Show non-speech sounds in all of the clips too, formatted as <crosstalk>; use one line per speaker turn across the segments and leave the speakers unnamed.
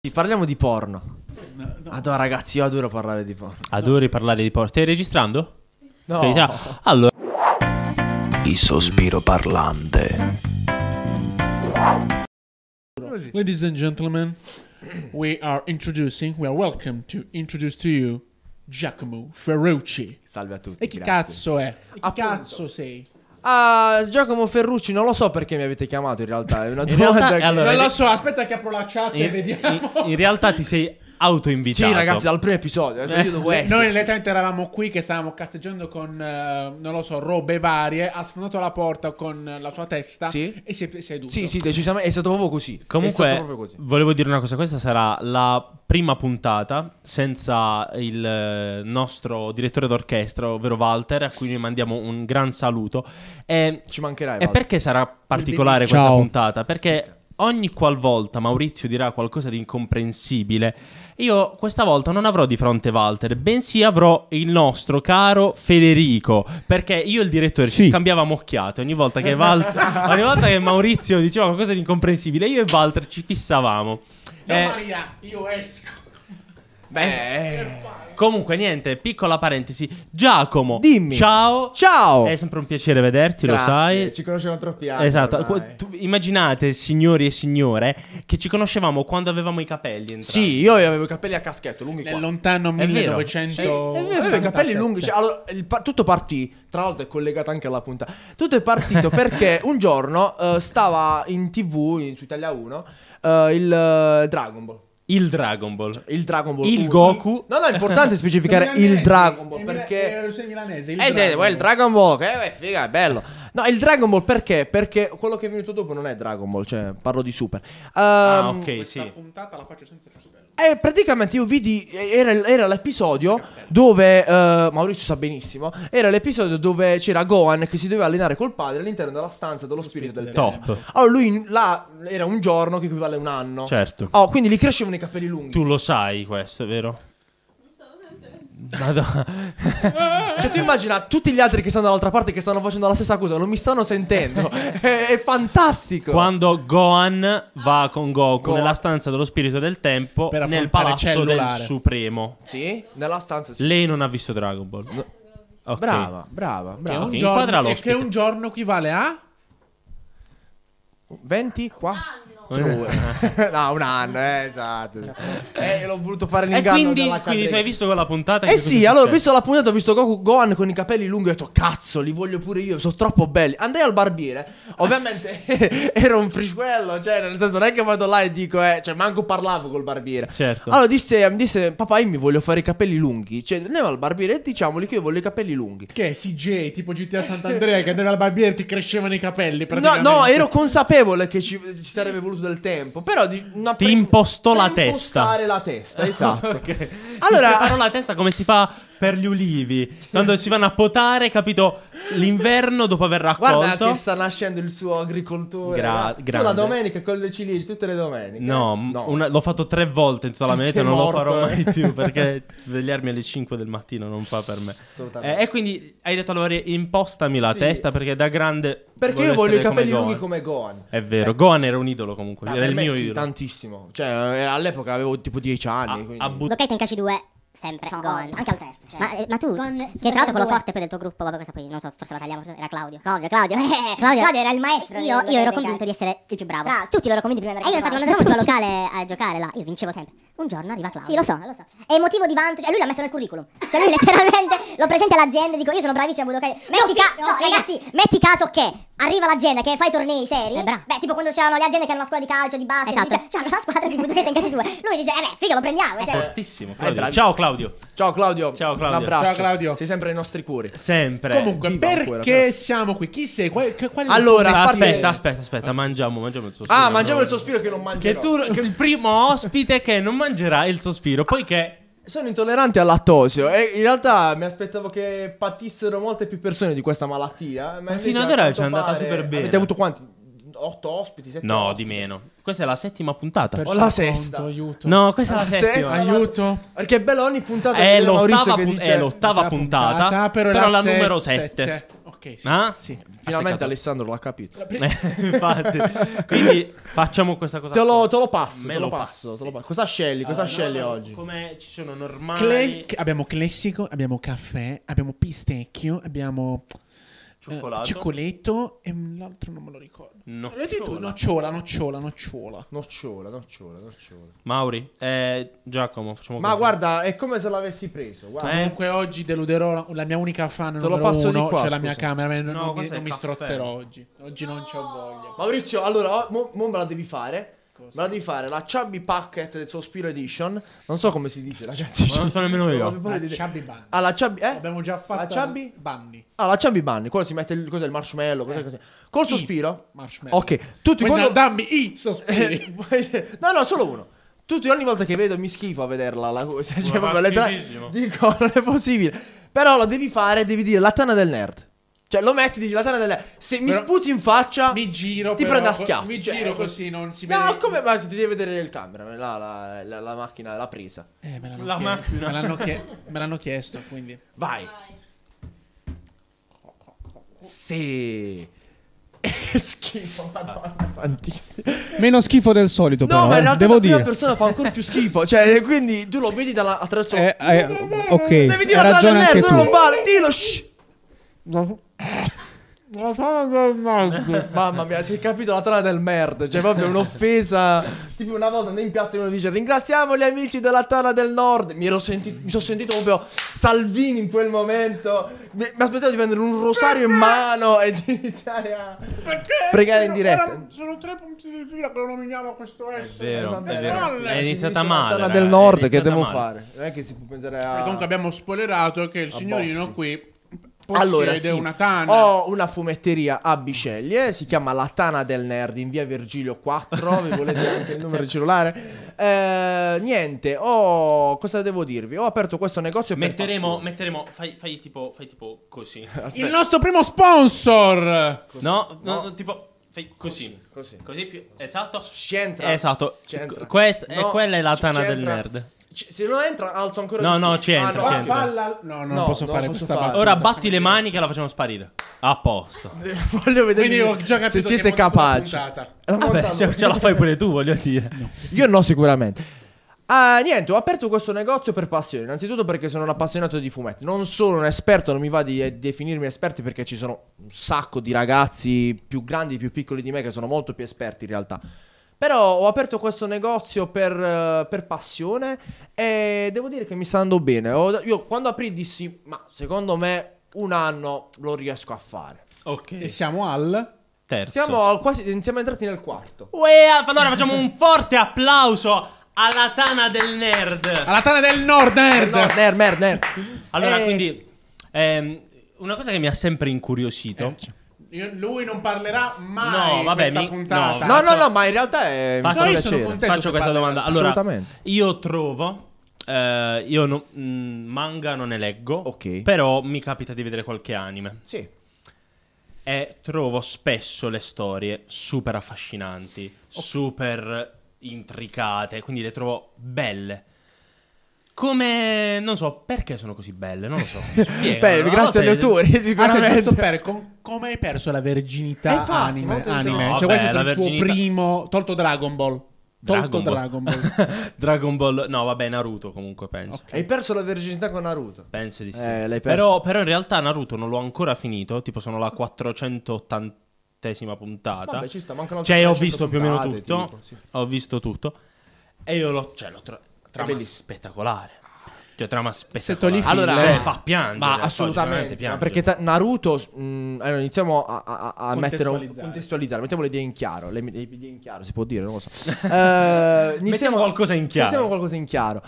Sì, parliamo di porno. Madonna, ragazzi, io adoro parlare di porno.
Adori parlare di porno. Stai registrando?
No.
Ok, ciao. Allora,
<laughs>
Il sospiro parlante.
Ladies and gentlemen, we are introducing, we are welcome to introduce to you Giacomo Ferrucci.
Salve a tutti.
E chi
grazie.
cazzo è? E chi
Appunto.
cazzo sei?
Ah, Giacomo Ferrucci, non lo so perché mi avete chiamato in realtà. È una
<laughs> In
domanda.
realtà-
che-
allora,
non lo so, aspetta che apro la chat e
in,
vediamo.
in- in realtà ti sei autoinvitato.
Sì, ragazzi, dal primo episodio. ho detto, Io devo essere.
Eh, Noi letteralmente eravamo qui che stavamo cazzeggiando con, eh, non lo so, robe varie, ha sfondato la porta con eh, la sua testa
Sì.
e si è seduto.
Sì, sì, decisamente. È stato proprio così. È stato
Comunque,
proprio così.
volevo dire una cosa, questa sarà la prima puntata senza il eh, nostro direttore d'orchestra, ovvero Walter, a cui noi mandiamo un gran saluto. E,
Ci mancherai.
e
Walter.
perché sarà particolare questa
Ciao.
puntata? Perché ogni qualvolta Maurizio dirà qualcosa di incomprensibile, io questa volta non avrò di fronte Walter, bensì avrò il nostro caro Federico, perché io e il direttore ci
Sì.
scambiavamo occhiate ogni volta che, Val- ogni volta che Maurizio diceva qualcosa di incomprensibile, io e Walter ci fissavamo.
No,
Eh,
Maria, io esco.
Beh, eh.
comunque, niente, piccola parentesi. Giacomo,
Dimmi.
ciao.
ciao.
È sempre un piacere vederti,
Grazie,
Eh, lo sai.
Ci conosciamo troppi anni.
Esatto,
ormai.
Qu- tu- immaginate signori e signore che ci conoscevamo quando avevamo i capelli. entrambi.
Sì, io avevo i capelli a caschetto lunghi
Nel
qua.
lontano
vero.
1900...
Sì, è vero.
Avevo i capelli
87.
lunghi. cioè, allora, il par- tutto partì. Tra l'altro, è collegato anche alla puntata. Tutto è <laughs> partito perché un giorno eh, stava in tv in- su Italia 1 eh, il eh, Dragon Ball.
Il Dragon Ball.
Il Dragon Ball.
Il
uno.
Goku.
No, no, è <laughs> importante specificare
Sei
il
milanese,
Dragon Ball
è mila-
perché.
eh, sei milanese, il
Eh sì,
Dragon
poi il
Ball.
Dragon Ball, che eh, figa, è bello. No, il Dragon Ball perché? Perché quello che è venuto dopo non è Dragon Ball, cioè parlo di Super.
Ah,
Ehm,
ok,
Questa
sì.
puntata la faccio senza cervello.
Eh, praticamente io vidi. Era, era l'episodio dove. eh, Maurizio sa benissimo. Era l'episodio dove c'era Gohan che si doveva allenare col padre all'interno della stanza dello spirito del tempo.
Top.
Allora lui in- là era un giorno che equivale a un anno.
Certo.
Oh, quindi gli crescevano i capelli lunghi.
Tu lo sai questo, vero? Madonna.
Cioè, tu immagina tutti gli altri che stanno dall'altra parte che stanno facendo la stessa cosa, non mi stanno
<laughs>
sentendo. è, è fantastico.
Quando Gohan va con Goku
Gohan.
nella stanza dello spirito del tempo
Per
nel
affrontare
palazzo
cellulare.
del Supremo.
Sì, nella stanza. Sì.
Lei non ha visto Dragon Ball. Ok.
Brava, brava, brava.
Ok,
un
inquadra
giorno, e
l'ospite.
che un giorno equivale a
24 ore. <laughs> no, un anno, eh, esatto. Eh, l'ho voluto fare
E
l'inganno
quindi,
della
quindi tu hai
cadena.
visto quella puntata?
Eh
Che
sì,
cosa
allora ho
succede?
visto la puntata, ho visto Goku Gohan con i capelli lunghi, ho detto cazzo, li voglio pure io, sono troppo belli. Andai al barbiere, ovviamente <laughs> ero un frisguello, cioè nel senso non è che vado là e dico, eh, cioè manco parlavo col barbiere.
Certo.
Allora disse, mi disse, papà io mi voglio fare i capelli lunghi, cioè andiamo al barbiere e diciamogli che io voglio i capelli lunghi.
che è CJ, tipo <laughs> GTA Sant'Andrea che andava al barbiere e ti crescevano i capelli
No,
praticamente.
no, ero consapevole che ci, ci sarebbe voluto del tempo, però di una
Ti impostò la
preimpostare la testa,
<laughs>
esatto.
Allora,
Allora-
preparò la testa come si fa per gli ulivi. Quando si vanno a potare, capito? L'inverno dopo aver raccolto.
Guarda che sta nascendo il suo agricoltore.
Gra-
guarda. tu la
grande.
domenica con le ciliegie, tutte le domeniche.
No,
eh?
m- una- l'ho fatto tre volte in tutta la mia vita,
Sei
non
morto,
lo farò
eh.
mai
<laughs>
più perché svegliarmi alle 5 del mattino non fa per me.
Assolutamente.
Eh, e quindi hai detto a Lore, impostami la
Sì.
testa perché da grande...
Perché io voglio i
essere
capelli
come
lunghi
Gohan.
come Gohan.
È vero, Gohan era un idolo comunque,
Ma
era
per
il
me
mio
sì,
idolo.
tantissimo. Cioè, eh, all'epoca avevo tipo 10
Ha,
anni. quindi-
ha buttato
Lo Keita in calci 2 sempre. Sono gol. Anche al terzo. Ma, eh, ma tu, che tra l'altro quello forte poi del tuo gruppo, vabbè questa poi non so, forse la tagliamo, forse era Claudio. Claudio, <laughs> Claudio. Claudio, era il maestro. Io, io ero convinto di essere il più bravo. tutti loro convinti prima di andare. E io infatti quando <laughs> andavo al locale a giocare là, io vincevo sempre. Un giorno arriva Claudio. Sì, lo so, lo so. E motivo di vanto, cioè lui l'ha messo nel curriculum. Cioè <laughs> lui letteralmente lo presenta all'azienda, dico io sono bravissimo a Budokai. Metti caso, no, ragazzi, metti caso che arriva l'azienda che fa i tornei seri. Beh, tipo quando c'erano le aziende che hanno una squadra di calcio, di basket, esatto. dice, c'hanno una squadra di Budokai Tenkaichi 2. Lui dice "Eh beh, figa, lo prendiamo", cioè
fortissimo. Claudio.
eh, bravi.
Ciao Claudio,
Ciao Claudio.
Ciao, Claudio.
Un abbraccio.
Ciao, Claudio.
Sei sempre nei nostri cuori.
sempre.
Comunque,
Viva
perché
ancora, però.
siamo qui? Chi sei? Qual, che- qual è il
Allora,
tuo
a parte-
Aspetta,
mestiere?
aspetta, aspetta, mangiamo, mangiamo il suo
Ah,
spugno,
mangiamo
no?
il sospiro che non mangerò.
Che tu, che il primo ospite che non mangerà il sospiro, poiché...
Sono intollerante al lattosio e in realtà mi aspettavo che patissero molte più persone di questa malattia. Ma, invece,
fino ad
a
ora
quanto
ci è andata
pare-
super bene.
Avete avuto quanti? 8 ospiti? Sette
No,
ospiti?
di meno. Questa è la settima puntata.
Ho la sesta.
Conto, aiuto.
No, questa è la
La
settima.
sesta.
Aiuto.
Ah, Perché è bello ogni puntata
È
che vedo Maurizio
l'ottava,
che
pun-
dice
è l'ottava puntata, però,
è
la
se-
numero 7.
Ok. ok, sì.
Ah?
Sì,
Azzeccato.
finalmente Alessandro l'ha capito.
Eh, <laughs> Infatti. Quindi facciamo questa cosa.
Te lo,
qua.
te lo passo,
Me
te lo
lo
passo,
passi.
te lo passo. Cosa scegli? Cosa
Allora,
scegli
no,
oggi?
Come ci sono normali.
Cle- abbiamo classico, abbiamo caffè, abbiamo pistecchio, abbiamo eh,
Cioccolato.
cicoletto e l'altro non me lo ricordo.
Nocciola.
L'hai detto? Nocciola, nocciola, nocciola.
Nocciola, nocciola, nocciola.
Mauri, eh, Giacomo, facciamo
Ma
così.
guarda, è come se l'avessi preso. Guarda.
Eh.
Comunque oggi deluderò la, la mia unica fan
Te lo
numero
passo di
uno,
qua,
cioè la mia
scusa.
camera,
No,
non, mi,
questo è
non mi
il caffè.
strozzerò oggi. Oggi non c'ho voglia.
Maurizio, allora, oh, mo, mo me la devi fare.
Cosa?
Me la devi fare la Chubby Packet del Sospiro Edition. Non so come si dice, ragazzi.
Ma non so nemmeno io.
Non <laughs> avevo
La
idea.
Chubby Bunny.
Ah, la Chubby, eh?
Abbiamo già fatto
La Chubby?
Bunny.
Ah, la Chubby Bunny, quello si mette il, cos'è, il marshmallow, cos'è, cos'è. Col
Sì.
sospiro?
Eh. Marshmallow.
Ok, tutti
Quindi
quando...
dammi
<laughs>
i
Eh,
sospiri.
poi- no, no, solo uno. Tutti ogni volta che vedo mi schifo a vederla la cosa. <laughs> Cioè,
Ma
proprio le tra-
schifissimo.
Dico, <laughs> non è possibile. Però lo devi fare, devi dire la tana del nerd. Cioè, lo metti, dici la tana del nerd. Se mi
Però-
sputi in faccia,
mi giro
Eh, ti
però,
prendo a
co-
schiaffi.
mi
Cioè,
giro
è cos-
così, non si
No,
vede-
come ma si deve vedere il camera. La, la, la- la macchina, la presa.
Eh, me l'hanno,
La
chiesto,
macchina.
Me, l'hanno chie- me l'hanno chiesto, quindi.
Vai. Sì. Che <laughs> schifo, madonna santissima.
Meno schifo del solito,
No,
però,
ma
eh,
in realtà
Ah. devo
la prima
dire.
persona fa ancora più schifo. Cioè, quindi tu lo vedi dalla- attraverso...
Eh, eh, ok,
Devi dire la tana del
hai ragione anche
nerd, se no non
tu.
parli. Dillo, shh. <laughs> Mamma mia, si è capito la tana del merda. Cioè, proprio un'offesa. tipo, una volta andai in piazza e uno dice: Ringraziamo gli amici della tana del nord. Mi, ero senti- mi sono sentito proprio Salvini in quel momento. Mi, mi aspettavo di prendere un rosario in mano e di iniziare a pregare in diretta.
Sono tre punti di fila che lo nominiamo questo
È vero,
Eh, Vabbè,
è vero.
valle,
È
si
iniziata
dice la
male.
Tana
raga,
del
è
nord, che
iniziata
devo
male.
fare? Non è che si può pensare a.
E comunque abbiamo spoilerato che il
Ah,
signorino
bossi.
qui possiede
Allora, sì, Oh,
una tana.
ho una fumetteria a Biceglie, si chiama La Tana del Nerd in via Virgilio 4, vi volete anche il numero di cellulare? Eh, niente, ho, cosa devo dirvi? Ho aperto questo negozio per
Metteremo,
passione.
metteremo, fai, fai tipo, fai tipo così.
Il nostro primo sponsor.
No, no, no, tipo, fai così.
Così.
Così più, esatto.
C'entra.
Esatto.
C'entra.
Qu- questa- eh,
No,
quella è la
c-
tana del
c'entra.
nerd.
C- se non entra, alzo ancora
No,
di più.
no, c'entra,
Ah,
Fa-
no,
c'entra.
falla- No, no,
No,
non posso
non
fare
posso
questa
farlo.
battuta.
Ora batti le mani che la facciamo sparire. A posto.
<laughs> Voglio vedere
Quindi ho già
se
capito che
siete
monto la
capaci.
puntata.
La
Vabbè,
montano.
ce, ce la fai pure tu, voglio dire.
Io no, sicuramente. Ah, niente, ho aperto questo negozio per passione. Innanzitutto perché sono un appassionato di fumetti. Non sono un esperto, non mi va di eh, definirmi esperti perché ci sono un sacco di ragazzi più grandi, più piccoli di me che sono molto più esperti in realtà. Però ho aperto questo negozio per, eh, per passione e devo dire che mi sta andando bene. Ho- io quando aprì dissi, ma secondo me un anno lo riesco a fare.
E
Ok.
siamo al
Terzo.
Siamo, al quasi, siamo entrati nel quarto.
Uè, allora facciamo un forte applauso alla tana del nerd.
alla tana del Nord Nerd.
No, ner, mer, ner.
Allora,
Eh,
quindi, ehm, una cosa che mi ha sempre incuriosito.
Eh, cioè,
Io- Lui non parlerà mai
No,
in
vabbè,
questa
mi-
puntata.
No, no, no, ma in realtà è mi
Faccio,
fa
No, io sono
piacere.
contento
faccio
se
questa
parli
domanda.
adesso.
Allora,
Assolutamente.
io trovo. eh, io no- mh, manga non ne leggo.
Ok.
Però mi capita di vedere qualche anime.
Sì.
E trovo spesso le storie super affascinanti, super intricate, quindi le trovo belle. Come non so perché sono così belle, non lo so.
<laughs>
Spiegamelo,
Beh,
no? Cioè,
grazie alle
Te-
autori,
Ah, sei
sicuramente.
giusto per con- come hai perso la
Eh,
verginità
infatti,
anime?
molto
anime.
interessante.
cioè,
No,
questo
vabbè,
è il
la
tuo
verginità-
primo. Tolto Dragon Ball. Tolto
Dragon Ball.
Dragon
<laughs>
<laughs>
Ball.
Dragon Ball. No, vabbè, Naruto comunque penso.
Hai perso la verginità con Naruto.
Penso di sì.
Eh, l'hai perso.
però, però in realtà Naruto non l'ho ancora finito, tipo sono la 480esima puntata.
Vabbè, ci sta, mancano altre
Cioè, ho
300
visto più o meno
puntate,
tutto.
ti dico, sì.
Ho visto tutto. E io l'ho, cioè, l'ho tra- trama
bellissimo.
spettacolare. Cioè, trama spettacolare.
togli il
Allora-
cioè, fa piangere.
Ma
fa
assolutamente,
veramente piangere.
ma perché ta- Naruto, mh, allora iniziamo a, a- a- a mettere un
Contestualizzare.
contestualizzare, mettiamo le idee in chiaro, le, le idee in chiaro si può dire, non
<laughs>
lo so. Eh,
Mettiamo qualcosa in chiaro.
Mettiamo qualcosa in chiaro.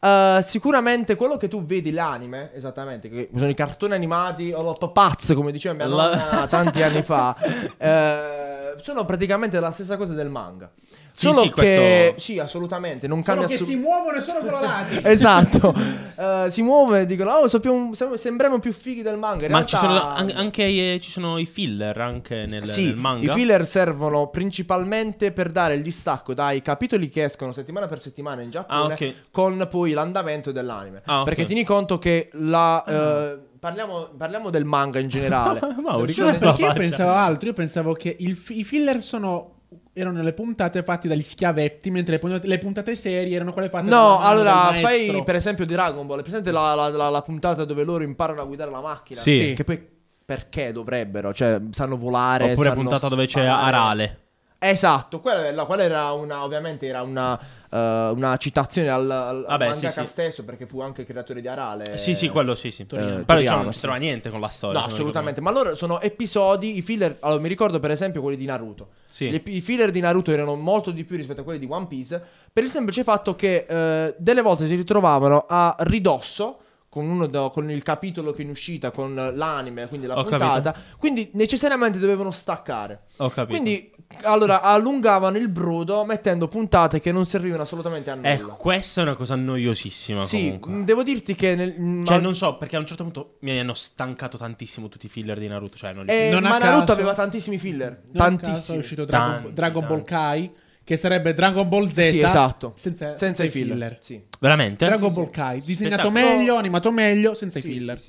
Eh, sicuramente quello che tu vedi l'anime, esattamente, che sono i cartoni animati o la papaz, come diceva mia
La- <laughs>
nonna tanti anni fa, eh, sono praticamente la stessa cosa del manga.
Sì,
Solo
sì,
che
questo-
sì, assolutamente, non
Solo
cambia
che
assu-
si muovono e sono colorati.
<laughs>
Cioè,
Esatto, Eh, si muove e dicono: Oh, so più- sem- sembriamo più fighi del manga. In
Ma
realtà-
ci sono an- anche i- ci sono i filler anche nel,
Sì,
nel manga.
i filler servono principalmente per dare il distacco dai capitoli che escono settimana per settimana in Giappone
Ah, ok.
con poi l'andamento dell'anime.
Ah, ok. Ah.
Perché tieni conto che la, eh, parliamo, parliamo del manga in generale.
<laughs>
Cioè,
Mauri,
Perciò-
come la
Perché io
faccia?
pensavo altro, io pensavo che il fi- i filler sono... Erano le puntate fatte dagli schiavetti, mentre le, pun- le puntate serie erano quelle fatte dal-
No, allora
dal
fai
maestro.
per esempio di Dragon Ball. È presente la, la- la- la puntata dove loro imparano a guidare la macchina?
Sì. Sì.
Che poi perché dovrebbero? Cioè, sanno volare.
Oppure
sanno
puntata dove c'è
sparare.
Arale.
Esatto, quella, la- quella era una, ovviamente era una, eh, una citazione al, al
Vabbè,
mangaka
sì, sì.
stesso perché fu anche creatore di Arale.
Sì, sì, quello sì, sì.
Toriyama.
Però diciamo,
Toriyama,
non
eh, sì.
c'entrava niente con la storia.
No,
se non
assolutamente. Ma loro sono episodi, i filler. Allora, mi ricordo per esempio quelli di Naruto.
Sì.
Gli ep- I filler di Naruto erano molto di più rispetto a quelli di One Piece. Per il semplice fatto che eh, delle volte si ritrovavano a ridosso. Con, uno da- con il capitolo che è in uscita, con l'anime, quindi la
Ho
puntata. Quindi necessariamente dovevano staccare.
ricordo male. Ho capito.
Quindi, allora, allungavano il brodo mettendo puntate che non servivano assolutamente a nulla.
Ecco, questa è una cosa noiosissima
sì,
comunque.
mh, devo dirti che... Nel, mh,
Cioè,
ma-
non so, perché a un certo punto mi hanno stancato tantissimo tutti i filler di Naruto. Cioè, non li...
eh,
Non a
ma Naruto
caso-
aveva tantissimi filler.
Non a caso
tantissimi.
È uscito Dragon,
Tanti,
Dragon Ball
tanti.
Kai, che sarebbe Dragon Ball Z.
Sì, esatto.
Senza,
Senza i filler. Sì.
Veramente?
Dragon Ball Kai, disegnato
Spettacolo.
meglio, animato meglio, senza i filler.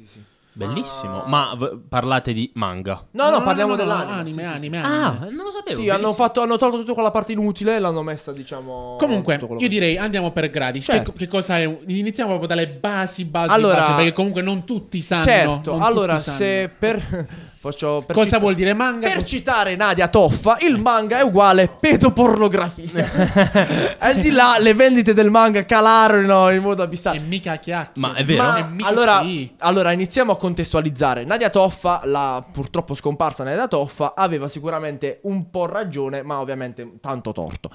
Bellissimo. Ma v- parlate di manga.
No, no, parliamo
Anime,
dell'anime. sì, sì,
anime,
Ah,
anime.
non lo
sì.
sapevo.
Sì, hanno,
bellissimo.
fatto, hanno tolto tutta quella parte inutile e l'hanno messa, diciamo.
Comunque,
tutto quello
io
che-
direi andiamo per gradi. Che-
Certo.
Che, cosa è? Iniziamo proprio dalle basi, basi,
Allora-
basi, perché comunque non tutti sanno. non
Certo,
tutti
allora
sanno.
se per. <laughs> faccio. Per
Cosa
cita-
vuol dire manga?
Per citare Nadia Toffa, il manga è uguale pedopornografia. Al di là, le vendite del manga calarono in modo
E
abissale.
mica chiacchiere.
Ma è vero?
Ma
E mica
allora,
sì.
allora iniziamo a contestualizzare. Nadia Toffa, la purtroppo scomparsa Nadia Toffa, aveva sicuramente un po' ragione, ma ovviamente tanto torto.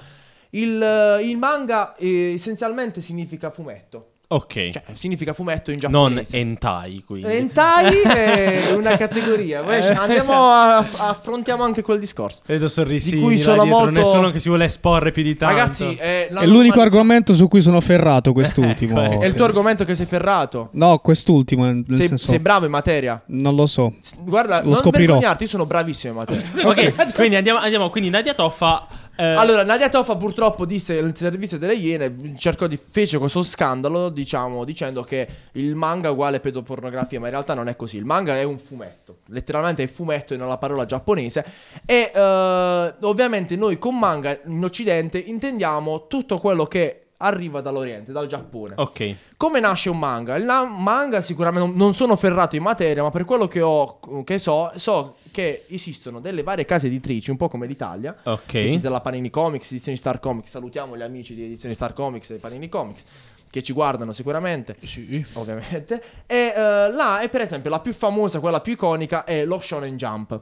Il, eh, il manga eh, essenzialmente significa fumetto,
Ok.
cioè significa fumetto in
non
giapponese.
hentai, quindi.
<laughs>
<laughs>
Hentai è una categoria. poi
Eh,
esatto.
Andiamo a, affrontiamo anche quel discorso.
Vedo sorrisini
Di cui
là
sono
dietro,
molto-
Nessuno che si vuole esporre più di tanto.
Ragazzi, è, la
È l'unico
normalità-
argomento su cui sono ferrato quest'ultimo.
<laughs>
Ecco,
È il tuo argomento che sei ferrato.
No, quest'ultimo, nel
Sei,
senso...
sei bravo in materia.
Non lo so.
S- Guarda,
Lo
non
scoprirò.
vergognarti, io sono bravissimo in materia. <laughs>
ok, quindi andiamo, andiamo. Quindi Nadia Toffa. eh,
eh, Allora, Nadia Toffa purtroppo disse il servizio delle Iene, cercò di, fece questo scandalo, diciamo, dicendo che il manga è uguale pedopornografia, ma in realtà non è così. Il manga è un fumetto, letteralmente è fumetto in una parola giapponese. E eh, ovviamente noi con manga in Occidente intendiamo tutto quello che arriva dall'Oriente, dal Giappone.
Ok.
Come nasce un manga? Il na- manga sicuramente non- non sono ferrato in materia, ma per quello che, ho, che so, so che esistono delle varie case editrici, un po' come l'Italia.
Ok.
Che esiste la Panini Comics, edizioni Star Comics. Salutiamo gli amici di edizioni Star Comics e Panini Comics che ci guardano sicuramente. Sì. Ovviamente. E eh, là, e per esempio, la più famosa, quella più iconica è lo Shonen Jump.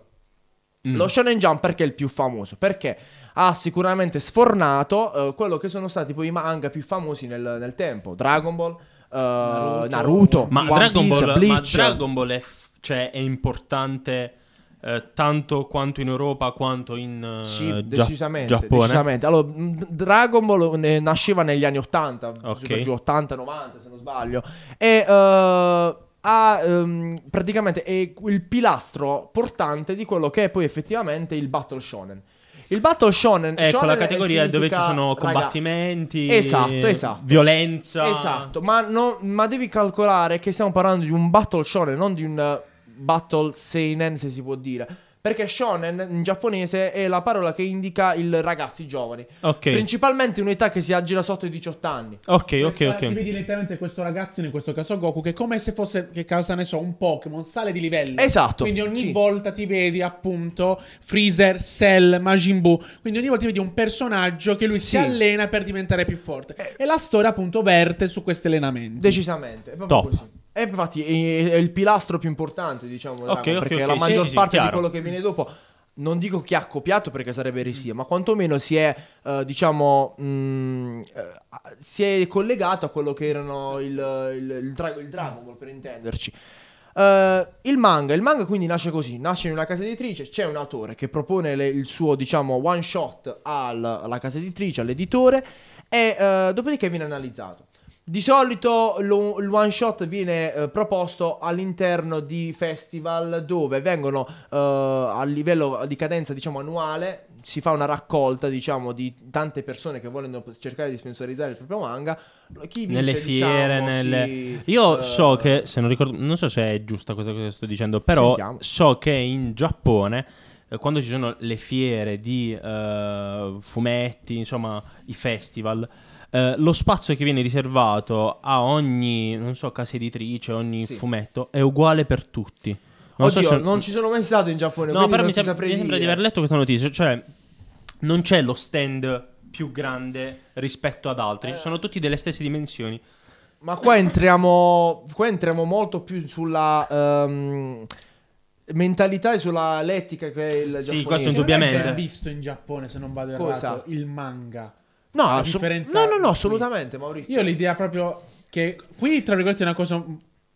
Mm.
Lo Shonen Jump perché è il più famoso? Perché ha sicuramente sfornato eh, quello che sono stati poi i manga più famosi nel, nel tempo. Dragon Ball, eh, Naruto,
Ma
One
Dragon,
Piece,
Ball, ma
Bleach.
Dragon Ball è, f- cioè, è importante eh, tanto quanto in Europa quanto in eh,
Sì,
Gia-
decisamente,
Giappone.
decisamente. Allora, mh, Dragon Ball eh, nasceva negli anni 80,
Ok.
super giù, 80-90 se non sbaglio, e eh, ha ehm, praticamente è il pilastro portante di quello che è poi effettivamente il Battle Shonen. Il Battle Shonen
È
shonen
quella Ecco, categoria dove ci
significa,
sono
raga,
combattimenti,
Esatto, esatto.
violenza.
Esatto, ma, no- ma devi calcolare che stiamo parlando di un battle shonen, non di un eh, battle seinen, se si può dire. Perché shonen in giapponese è la parola che indica il ragazzi giovani.
Ok.
Principalmente un'età che si aggira sotto i 18 anni.
Ok, ok,
Questa- Ti
ok.
vedi letteralmente questo ragazzino, in questo caso Goku, che è come se fosse, che cosa ne so, un Pokémon, sale di livello.
Esatto,
Quindi ogni
sì.
volta ti vedi appunto Freezer, Cell, Majin Buu. Quindi ogni volta ti vedi un personaggio che lui
Sì. Eh.
si allena per diventare più forte. E la storia appunto verte su questi allenamenti.
Decisamente. È proprio
Top.
così. E infatti è, è il pilastro più importante, diciamo, del
Ok,
Dragon,
ok,
perché
ok,
la
sì,
maggior
sì, sì,
parte di
chiaro. Mm.
quello che viene dopo non dico che ha copiato perché sarebbe eresia, ma quantomeno si è, eh, diciamo, mh, eh, si è collegato a quello che erano il, il, il dra- il Dragon
Mm.
Ball, per intenderci. Eh, il manga, il manga quindi nasce così, nasce in una casa editrice, c'è un autore che propone le- il suo diciamo one shot al- alla casa editrice, all'editore e eh, dopodiché viene analizzato. Di solito lo- il one shot viene eh, proposto all'interno di festival dove vengono eh, a livello di cadenza diciamo annuale, si fa una raccolta, diciamo, di tante persone che vogliono cercare di sponsorizzare il proprio manga. Chi vince,
Nelle fiere,
diciamo,
nelle...
si,
Io
eh,
so che, se non ricordo, non so se è giusta questa cosa che sto dicendo, però
Sentiamo.
so che in Giappone, eh, quando ci sono le fiere di eh, fumetti, insomma, i festival, eh, lo spazio che viene riservato a ogni, non so, casa editrice, ogni
Sì.
fumetto, è uguale per tutti. Non so
Oddio,
se-
non ci sono mai stato in Giappone.
No,
quindi
però
non
mi,
ti
sem-
saprei
mi sembra di
dire.
aver letto questa notizia. Cioè, non c'è lo stand più grande rispetto ad altri.
Eh.
Sono tutti delle stesse dimensioni.
Ma qua entriamo, qua entriamo molto più sulla ehm, mentalità e sulla lettica che è il
Sì,
giapponese.
questo
Secondo me
è indubbiamente.
già visto in Giappone, se non vado errato,
Cosa?
il manga.
No,
La
assu-
differenza
no, no, no,
qui.
assolutamente, Maurizio.
Io ho l'idea proprio che qui, tra virgolette, è una cosa...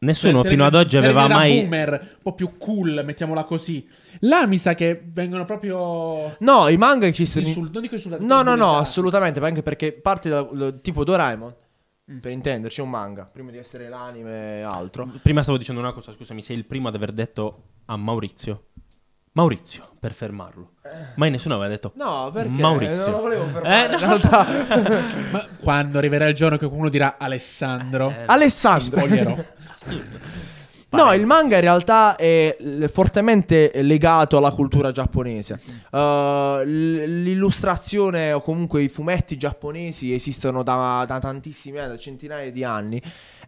Nessuno
cioè,
fino ad
termine-
oggi aveva
termine da
mai.
boomer, un po' più cool, mettiamola così. Là mi sa che vengono proprio...
No, i manga esistono. in-
insul- non dico insultati.
No, no, no,
bullizzati.
assolutamente, ma anche perché parte da l- tipo Doraemon, per intenderci, è un manga, prima di essere l'anime e altro.
Prima stavo dicendo una cosa, scusami, sei il primo ad aver detto a Maurizio. Maurizio, per fermarlo. Mai nessuno aveva detto.
Eh. No, perché
Maurizio.
non lo volevo fermare.
Eh, no.
in realtà. <laughs>
Ma quando arriverà il giorno che qualcuno dirà Alessandro,
Eh,
Alessandro.
spoglierò.
<laughs>
No, il manga in realtà è l- fortemente legato alla cultura giapponese. Uh, l- l'illustrazione o comunque i fumetti giapponesi esistono da, da tantissimi anni, da centinaia di anni.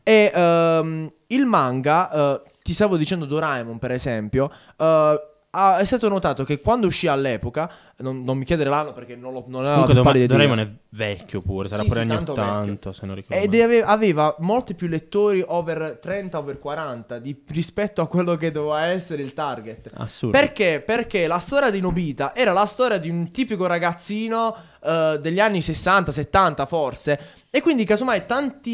E ehm, il manga, eh, ti stavo dicendo Doraemon per esempio, eh, ha- è stato notato che quando uscì all'epoca, non, non mi chiedere l'anno perché non, lo, non era
Comunque,
la
Dora-
pari di
Doraemon è vecchio pure, sarà
Sì,
pure
sì,
anni
tanto
80,
vecchio.
se non ricordo.
Ed
male.
ave- aveva molti più lettori over 30, over 40 di- rispetto a quello che doveva essere il target.
Assurdo.
Perché? Perché la storia di Nobita era la storia di un tipico ragazzino eh, degli anni 60, 70 forse. E quindi casomai tanti